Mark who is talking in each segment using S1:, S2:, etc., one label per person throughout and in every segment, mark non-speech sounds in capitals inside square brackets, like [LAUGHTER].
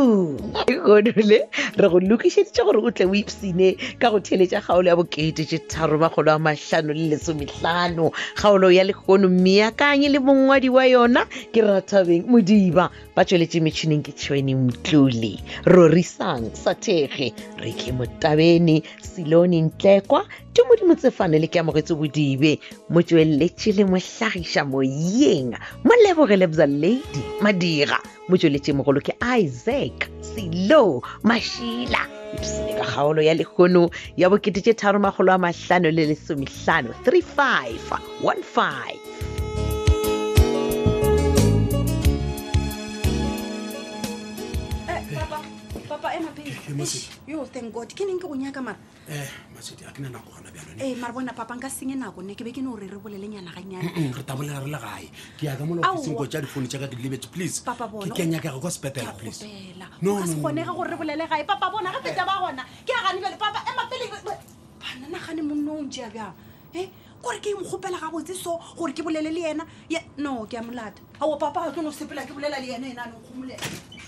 S1: konole re go lokišeditše gore o tle o ipsene ka go theletša kgaolo ya boketetše tharomagolo a mahlano le lesomehlano kgaolo ya lekgono mmeakanye le mongwadi wa yona ke ratabeng modiba ba tsweletše metšhineng ke tšhweni mtlole rorisang sathege re ke motabene selone ntlekwa ke modimo tsefane le ke amogetse bodibe mo tsweletše le mohlagiša moyeng mo lebogele bza lady madira mo tsweletše mogolo ke isaac selo mašila ipsene ka kgaolo ya lekgono ya bokete tše tharomagolo a mahlano le lesomehlano 35 15
S2: Eh, papa papa ema pele
S3: Eh. Ke mose-
S2: Eish, yo thank god ke neng ke go nyaka mara
S3: eh masedi a ke na nako gona bjalo ne
S2: ee mara bona papa nka senye nako ne ke be ke ne gore re bolelenyana ganyane
S3: Mm, re tabolela re le gae ke yaka mola
S2: Aowa.
S3: ofising ko tša difounu tšaka ke dilebetse please
S2: Papa, bona-
S3: Ke- ke a nyakaga kwa sepetela please
S2: gopela
S3: No,
S2: o ka se
S3: no, no,
S2: kgonega
S3: no.
S2: gore re bolele gae papa bona gape taba gona ke a gane bjale papa ema pele bana nagane monna o ntea bjang e kore ke mokgopela gabotse so gore ke bolele le yena Ye- no ke a molata ao papa a tlono sepela ke bolela le yena ena a nokgomolela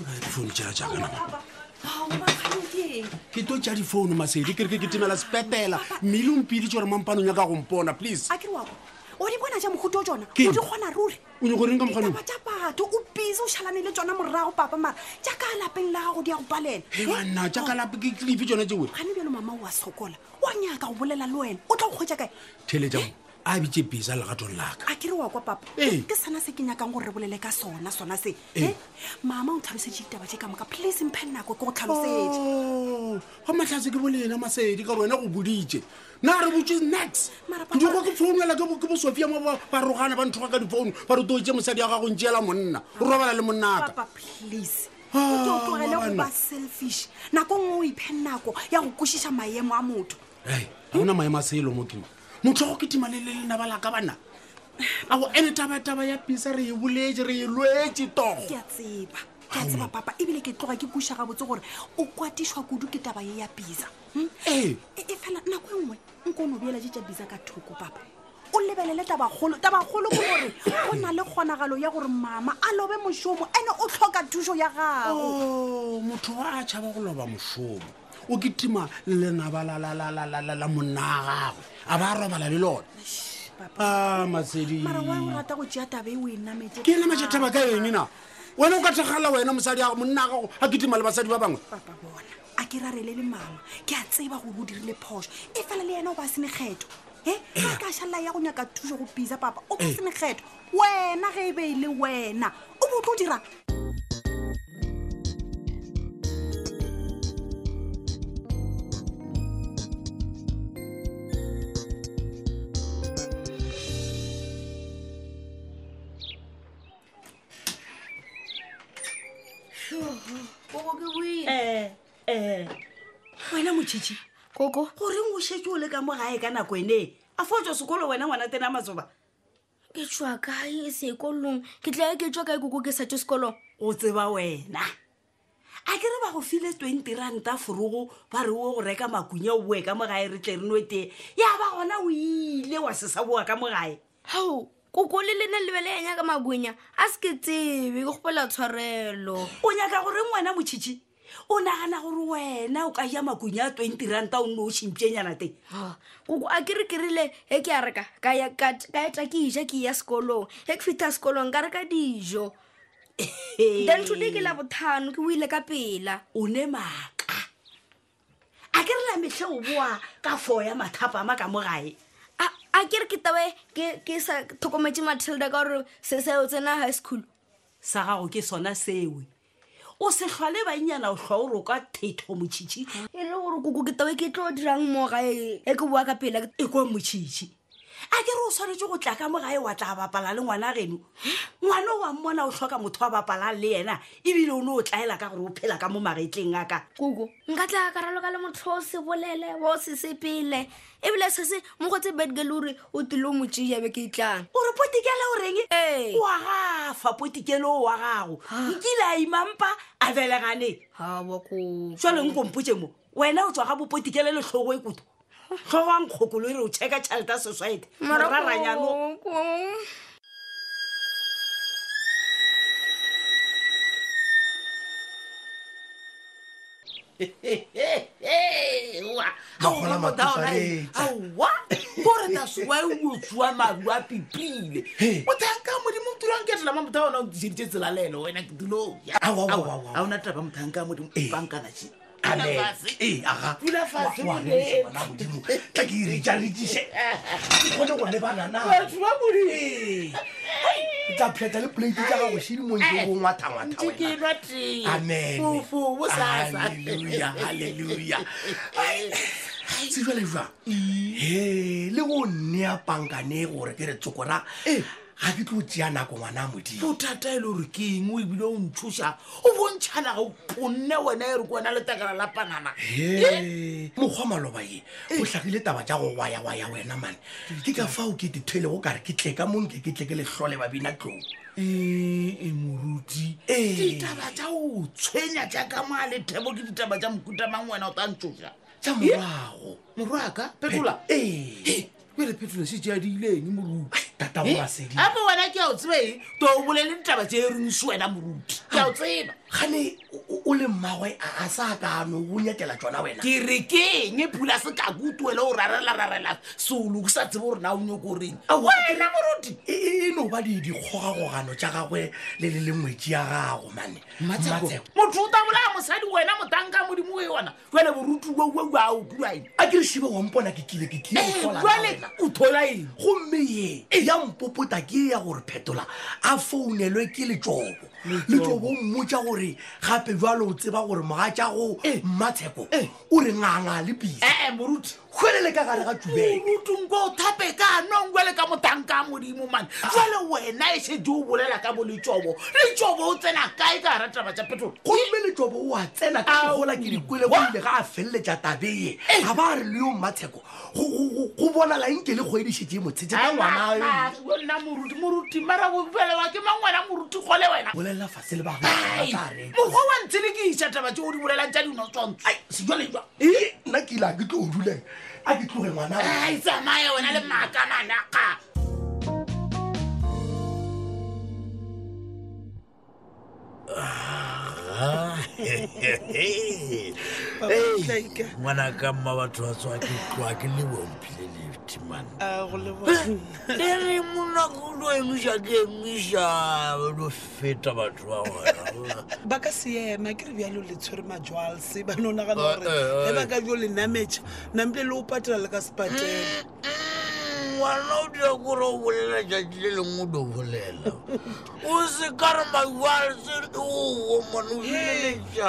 S3: Ke kae difounu tšela tšaka nama
S2: papa ao magane ke eng
S3: ke tlo tša difounu masedi ke re ke ke timela sepetela mmele ompedi tše gore mampane o nyaka go mpona please
S2: a ke wako o di bona ja mogoto tsona o
S3: Ke
S2: di
S3: eng?
S2: kgona ruri
S3: o nyako reng ka mokganong
S2: ditaba tša batho o busy o šhalane le tsona morago papa mara jaaka lapeng la gago di ya go palela
S3: e banna jaaka lape ke tlefe tsone tšeo
S2: gane bjalo mama o a sokola oa nyaka go bolela le wena o tla go kgwetsa kae
S3: theletšamo a bitse bisa legatong laka
S2: a kere wa kwa papa
S3: Ee.
S2: ke sona se ke nyakang gore re bolele ka sona sona se
S3: Ee.
S2: e mama o tlhalosetse ditaba tše ka moka please mphe nako ke go tlhalosetse
S3: Oh, ga matlhatse ke bolena masedi ka re wena go boditše nna re botse next
S2: Mara
S3: ke dikwa
S2: papa-
S3: ke founela ke bo- ke bosofia mo ba ba rogana ba nthoga ka difounu ba re toitse mosadi ya gago ntseela monna o Oh, robala le monnaka
S2: papa please
S3: Ah,
S2: o ke o tlogele go
S3: ngwana.
S2: ba selfish nako nngwe o iphe nako ya go kwešiša maemo a motho
S3: ei ga gona maemo a selo mo kemo motlhogo ke tima le le lenaba laka bana ao ene tabataba ya pisa re e boletse re e
S2: ke
S3: lwetse togo
S2: a tseba ke a tseba papa ebile ke tloga ke kuša gabotse gore o kwatišwa kudu ke taba ye ya bisa hm?
S3: ee
S2: e e fela nako e nngwe nko o ne o beeladše tša bisa ka thoko papa o lebelele tabakgolo tabakgolo ke gore go na le kgonagalo ya gore mama a lobe mošomo ande o tlhoka thušo ya gago
S3: Oh, motho wa a tšhaba go loba mošomo o ke tima lenaba la- la- la- la- la- la- la monna a gagwe a ba a robala le lona
S2: papa
S3: a masedi
S2: mara wa o rata go tšea tabe o e nametse
S3: ke ena mašathaba ka eng na wena o ka thakgala wena mosadi a- monna a gago a ke tima le basadi ba bangwe
S2: papa bona a ke rarele le mama ke a tseba gore o dirile phoso e fela le yena o ba senekgetho e ga ka šhalela ya go nyaka thuso go bisa papa o ba
S3: Eh.
S2: senekgetho wena ge e be e le wena o bo tlo dira wena motšhitšhi
S4: koko
S2: goreng o šetse o le ka mo gae ka nako ene a fa o tswa sekolo wena ngwana tena matsoba
S4: ke tswa kae sekolong ke tlae ke tswa kae koko ke sa tse sekolong
S2: o tseba wena a ke re ba go file twenty ranta forogo ba re o go reka makunya o boe ka mo gae re tle re no tee ya ba gona o ile wa se sa boa ka mo gae
S4: hao koko le lena lebele ya nyaka makwenya a se ke tsebe ke gopola tshwarelo
S2: o nyaka gore ngwana motšhitšhi o nagana gore wena o ka ja makunya a twenty ranta o nne o šhimpšenyana teng
S4: Ah, koko a kere kerile e ke a reka ka ya- ka t- ka eta ke ija ke ya sekolong e ke feta sekolong ka reka dijo then today ke labothano ke o ile ka pela
S2: o ne maaka a ke re la metlhe o boa ka foo ya mathapama ka mo gae
S4: A- a kere ke tabe ke ke sa tlhokometse matilda ka gore se seo tsena high school
S2: sa gago ke sona sewe o se tlhwale bannyana o tlhwa o re kwa thetho motšhitšhi
S4: e le gore koko ke tabe ke tlo dirang mo gae e ke boa ka pela
S2: e kwa motšhitšhi a ke re o tshwanetse go tla ka mo gae wa tla bapala le ngwana geno ngwana o wa mmona o tlhoka motho wa bapalang le yena ebile o ne o tlaela ka gore o phela ka mo magetleng a ka
S4: koko nka tla karaloka le motho o se bolele wa o se sepele ebile se se mo gotse bedge le gore o tile o motseabe e ke itlang
S2: o re potikele o reng
S4: Ee.
S2: wa gafa potikele o wa gago nkile a imampa a belegane
S4: gabo koko
S2: jalo nkompotse mo wena o tswa ga bopotikele le tlhogo e kuto tlhogo a nkgokolo e re o checka tšhalete a society moraranyano
S5: gona
S6: mapipareng.
S5: e, aowa kore taswai motswa e maru a pipile mothanka modimo tulang ke tlelama motha ona o ntišeditše tsela le ene wena ke tulo
S6: Ao, ao, ao, ao.
S5: a ona taba mothanka modimo
S6: Ee.
S5: pankanae
S6: Amen. Ee, aga.
S5: Dula fatshe,
S6: Wa- wa
S5: modimo.
S6: rekiša bana modimo. Tla ke irekišarekiše. Ke kgone go lebana na.
S5: Batho ba modimo.
S6: Ee. Ke tla phetha le plate tsa gago šedi mo
S5: Eh.
S6: ntse go ngwatha-ngwatha
S5: ntse ke
S6: wena.
S5: nwa tee
S6: Amen.
S5: fofo bosasa
S6: Hallelujah, hallelujah. Ai, se jwale jwang he le go nnea pankane gore ke re tsokora ga ke tlo tseya nako ngwana a modimo
S5: bothata e le gore ke eng o ebile o ntshosa o bontšhana ga ponne wena e re ko wena letakala la panana
S6: he mokgwa maloba ye o tlhagile taba tja go waya waya wena mane ke ka fao ke dithele go kare ke tle ka monke ke tle ke letlhole babina tlong
S5: ee moruti
S6: Ee.
S5: ke ditaba tsa o tshwenya jaaka maa lethebo ke ditaba tsa mokutamang wena o tantsosa
S6: tja morago
S5: morwaka phetola
S6: ee
S5: ele phetola se jadileng moruti
S6: Eh. tata go basedi
S5: apo wena ke a o tsebeng to o bolele ditaba tse e rengse wena moruti ke a o tseba
S6: gane o- o- o le mmagwe a a sa kano go nyakela tsona wena
S5: ke re ke eng phula se ka kutuele o rarelararela seolo ko sa tsebo gore na o nyoko reng wena moruti
S6: e no ba dikgogagogano tja gagwe le le lengwetsi ya gago mane Mmatseko.
S5: motho o tabolaya mosadi wena motanka modimo o yona jale boruti wauwa o kuae
S6: a ke re šiba wampona ke kile ke tlile go hlola ka
S5: jale
S6: wena.
S5: o thola eng
S6: gomme ye e ya mpopota ke e ya gore phetola a founelwe ke letsobo letsobo mmotsa gore gape jalo o tseba gore moga tjago mmatsheko o re nganga le bisa
S5: ee moruti
S6: kgwelele ka gare ga tubeke
S5: morutunko o thape ka nongwele ka motanka modimo mane jale wena e sedi o bolela ka bo letsobo letsobo o tsena kae ka rataba tsa petolo
S6: gomme letsobo o a tsena ka gola ke dikwele goile ga a feleletša tabeye ga ba re le yo mmatsheko go- go- go bonala nke le kgwedišetse e motshetse ka ngwana
S5: nna moruti moruti mara bobelewa ke mangwena moruti gole wena
S6: bolelela fase le
S5: Ai,
S6: bagare
S5: mokgwa wa ntse le ke isa taba tse o di bolelang tsa dino tsontshe
S6: sejalejwa ee nna ke ile a ke tlo o duleng a ke tloge ngwana wa ka.
S5: ai tsamaye wena le maakananaka
S7: Ah, [LAUGHS]
S6: ngwana ka mma batho ba tswa ke tloa ke le womphile lefty man
S5: Eh,
S7: le re monakolo
S5: e
S7: emisa ke emisa lo feta batho ba gona
S8: ba ka seema ke re bjalo le tshwere majwalse bane o nagana
S7: Ah,
S8: gore e
S7: eh, eh.
S8: ba ka bjo lenametšha nampile le o patela le ka sepatela
S7: Mm, ngwana o dira kore o bolela tšatši le lengwe o do bolela o se kare makwalse oo mane
S8: Eh.
S7: o leletša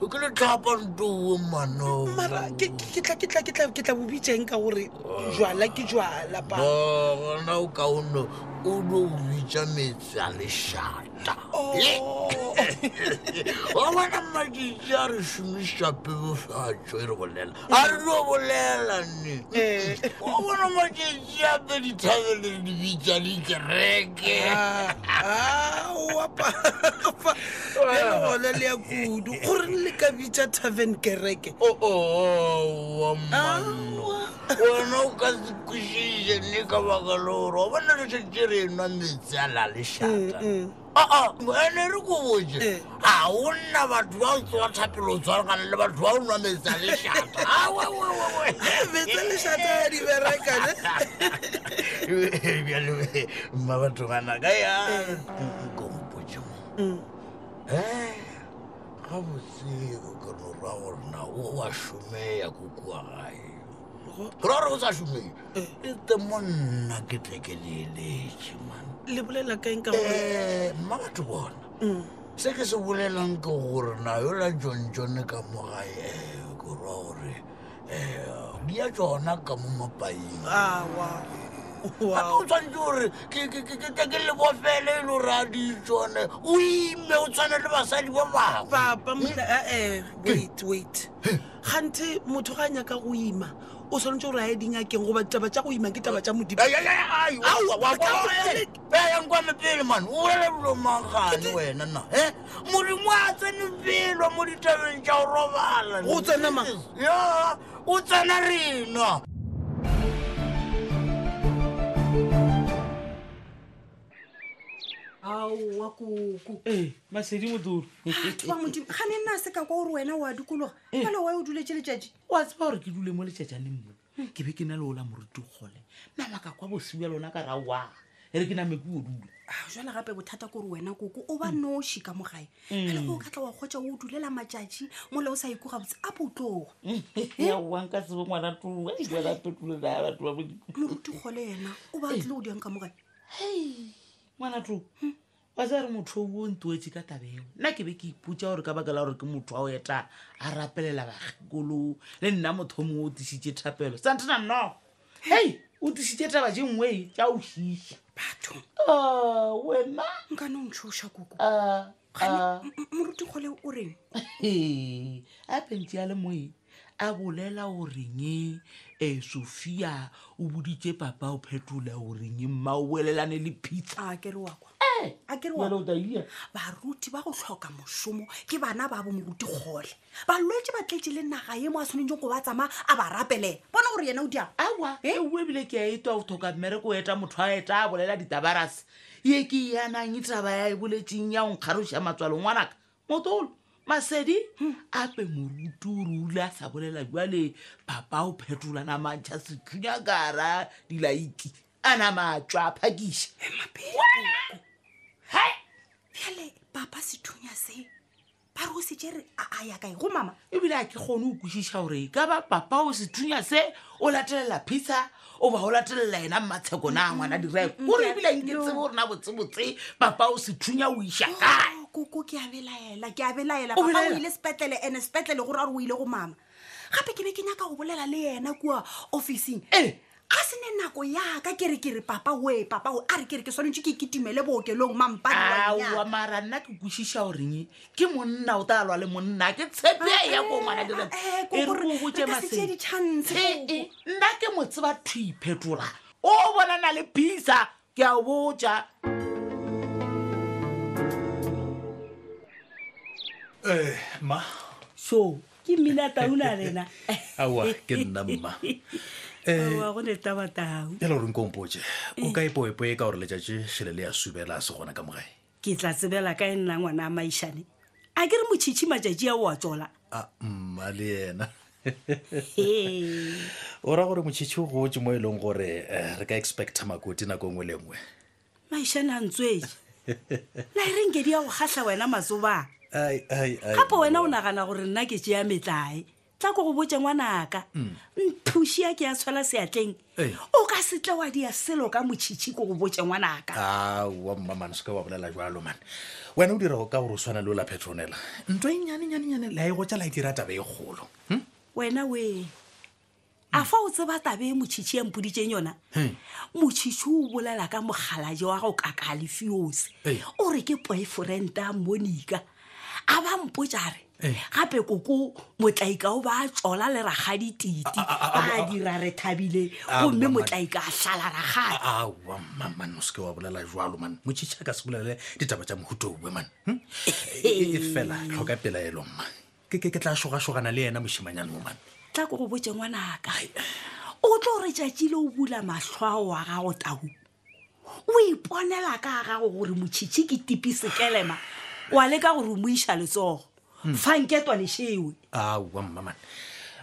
S7: ke letlhapantowo
S8: mara
S7: mane
S8: ke ke tla- ke tla- ke tla- ke tla bobitseng ka gore
S7: Oh.
S8: jwala ke jwala pa
S7: gona o kaono o do bitša metsi a lešata
S6: Oh.
S7: [LAUGHS] wa bona matšatši a re šomiša pebofatso e re bolela a re no bolela nne
S8: Eh.
S7: wa bona matšatši ape dithabele re di bitša dikereke
S8: Ah, aoapa ele gona le ya kudu gore le ka bitša taven kereke
S7: oowa mano
S8: Aowa.
S7: wena o ka se kwešiše nne ka baka le gore wa bona lešatše re enwa metsi a la Ah, lešata aa ene re ko botse
S8: Eh.
S7: a o nna batho ba o tsewa thapelo o tshwaregana le batho ba o nwa metsi a Ah, lešata
S8: betsa lešata ya di
S7: [LAUGHS]
S8: berekane
S7: Eh, bjale mma batho banaka ya kompotse
S2: Mm.
S7: mo Eh, gabotse o kano ra gore na o wa šomeya ko kua gae ra gore o sa šomee e te monna ke tleke leeletše mane
S8: le bolela kaeng ka gore Mm.
S7: Eh, mma batho bona se ke se bolelang ke gore na yola tsontšone ka mo gae um ke ra gore um di ya tsona ka mo mapaeng
S8: awa
S7: gape o tshwanetse gore Eh, ke- ke- ke- ke- ke ke lebofele e le gore a di tsone o ime o tshwane le basadi ba Hmm? bangwe
S8: papa motla- ae wait wait gante motho ga a nyaka go ima o tshwanetse gore a ye dingakeng goba ditaba tsa go ima ke taba tsa modimo
S7: Ai, ai, ai, ai, aowa,
S8: Ka
S7: wa bona,
S8: mopele-
S7: eh, eh, yang kwa mepele mane o bolela dilo mangane wena na e modimo a tsene pelwa mo ditabeng tša go robala
S8: O tsena mang?
S7: ya o tsena rena
S2: a aowa koko
S5: ee masedi modoro
S2: batho ba modimo ga ne nna se ka kwa gore wena o a dikologa
S5: Eh.
S2: fela wa o duletse letšatši
S5: oa tseba gore ke dule mo letšatšaneng mo ke be ke na le ola moruti kgole nabaka kwa bosia lona ka ra wa e re ke name ke o [LAUGHS] dula
S2: jale gape bothata kore wena koko o ba noši ka mo gae
S5: Mm.
S2: fela go o ka tla wa kgotsa o dulela matšatši mole o sa ikoga botse apo o tloga
S5: yawanka sebo ngwana too jala petolela batho ba bodi
S2: moruti kgole ena o ba tlile o diang ka mo gae
S5: ngwana too wa tsa re motho o o ntoetse ka tabeo nna ke be ke iputsa gore ka baka la gore ke motho a o eta a rapelela bagakolo le nna motho o mongwe o tisitse thapelo santena no hei o tisitse taba je nngwe tša o šiša
S2: batho
S5: wena
S2: nkane o ntšhoša koko
S5: Ah, ah.
S2: M- m- moruti kgole o reng
S5: Ee, a penti a le moe a bolela goreng e sophia o boditse papa o phetola goreng mma o boelelane le pitsa
S2: a kere Ah, wa kwa
S5: Eh,
S2: a kere wa kwa. baruti ba go tlhoka mošomo ke bana ba bo moruti kgole balwetse ba tletse le naga e mo a tshwanetseng go ba tsamaya a ba rapelela bona gore yena o Eh? diang
S5: aa eo ebile ke a etwa go thoka mmereko o eta motho a eta a bolela ditabarase ye ke yanang e taba ya e boletseng ya go nkgaroša matswalo ngwanaka motolo masedi
S2: Hmm.
S5: ape moruti o re ule a sa bolela jale papa o phetolana mantšha sethunya kara dilaiki a nama a tswa a phakiša
S2: bjale papa sethunya se ba re o se jere a a ya kae go mama
S5: ebile a ke kgone o kwešiša gore ka ba papa o sethunya se o latelela phisa o ba o latelela ena mmatsheko na ngwana direko gore ebile nke tsebe gore na botsebotse papa o sethunya o iša kae
S2: Oh, koko ke a belaela ke a belaela papa
S5: O
S2: o
S5: belaela?
S2: ile sepetlele ande sepetlele gore a re o ile go mama gape ke be ke nyaka go bolela le yena kua officing
S5: ee
S2: ga se ne nako yaka ke re ke re papa oe papa o a re ke re ke swanetse ke ketimele bookelong
S5: aowa
S2: mampaa
S5: mara nna ke kwešiša goreng ke monna o tla lwa le monna ha ke tshepe a ya ko ngwana direko e re ko botse masedi Ee,
S2: ditšhance
S5: ee, Eh, nna ke mo tseba tho iphetola o bonana le phisa ke a o botja
S7: Eh, ma
S9: so ke mmina tauna lena
S7: aa [LAUGHS] ke
S9: [LAUGHS]
S7: nna mma Eh. e
S9: wa go ne tabatau
S7: pela gore nkompotse o ka epoepoe ka gore letšatše šhele le ya subela a se gona ka mogae
S9: ke tla tsebela ka e nna ngwana a maišane a ke re motšhitšhi matšatši a o a tsola
S7: a mma le yena
S9: Hee.
S7: o ra gore motšhitšhi o gotse mo e leng gore eh, re ka expecta makoti nako nngwe le nngwe [LAUGHS]
S9: maišane a ntswee la e renke di a go kgatlha wena masobana
S7: Ai, ai, ai.
S9: gape wena o nagana gore nna ke tšea metlae tla ko go botse ngwanaka
S7: Hmm.
S9: mphušia ke ya tshwala seatleng
S7: Ei.
S9: o ka se tle wa dia selo ka motšhitšhi ko go botse ngwanaka
S7: aowa mmamane se ka wa bolela jalo man wena o dira go ka gore o swana le o la petronela ntho e nnyanenyanennyane la e gotsa la e dira taba e kgolo Hm?
S9: wena we a fa o tseba tabe e motšhitšhi ya mpoditseng yona
S7: Hei.
S9: motšhitšhi o bolela ka mogalaje wa go kaka lefiose
S7: Ei.
S9: o re ke boyfriend a monica a ba mpotsa re
S7: Ei.
S9: gape koko motlaika o ba a tsola le ragadi titi ba a dira re thabile
S7: Ah,
S9: gomme
S7: mamane.
S9: motlaika a tlala ragadi
S7: aowa mmamane o se ke wa bolela jalo man motšhitšha ka se bolelele ditaba tša mohutouwe man Hm? E- e fela tlhoka pelaelo mma ke ke ke tla šogašogana le yena mošimanyane o man
S9: tla ko go botse ngwanaka o tlo re tšatši le o bula matlhoao wa gago tau o iponela ka gago gore motšhitšhi ke tipi sekelema wa leka gore o mo iša letsogo fa nke twanešewe
S7: aowa mmamane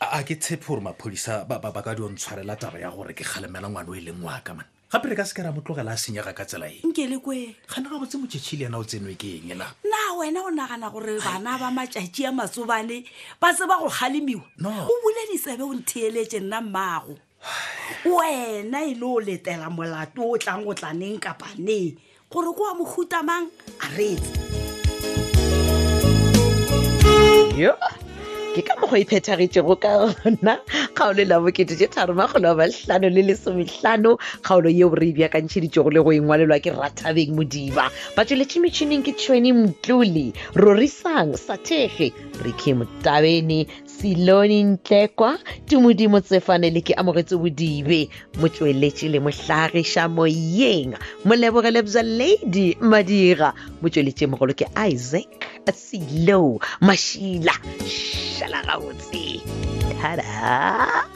S7: a a ke tshepe gore maphodisa ba ba- ba ka dio ntshwarela taba ya gore ke kgalemela ngwana o e leng waka man gape re ka se ke ra motlogela a senyega ka tsela e
S9: nke le kweng
S7: gane ga botse motšhitšhi le yena o tsenwe ke eng ena
S9: na wena o nagana gore bana ba matšatši a matsobane ba tseba go galemiwa
S7: No.
S9: o bule ditsebe o ntheeletse nna mmago wena e le o letela molato o tlang o tlaneng kapaneng gore ko wa mohutamang a reetse
S1: yo ke ka mokgwa iphethagetsego ka gona kgaolo la bokete tse tharo magolo a mahlano le lesomehlano kgaolo yeo re ebjakantšheditšego le go engwalelwa ke rathabeng modiba ba tsweletše metšhineng ke tšhweni mtlole rorisang sathege reke motabene selone ntlekwa tumodimo tsefane le ke amogetse bodibe motsweletše le mohlagiša moyeng molebogelebja lady madira motsweletše mogolo ke isaac selo mašila šala gabotse tada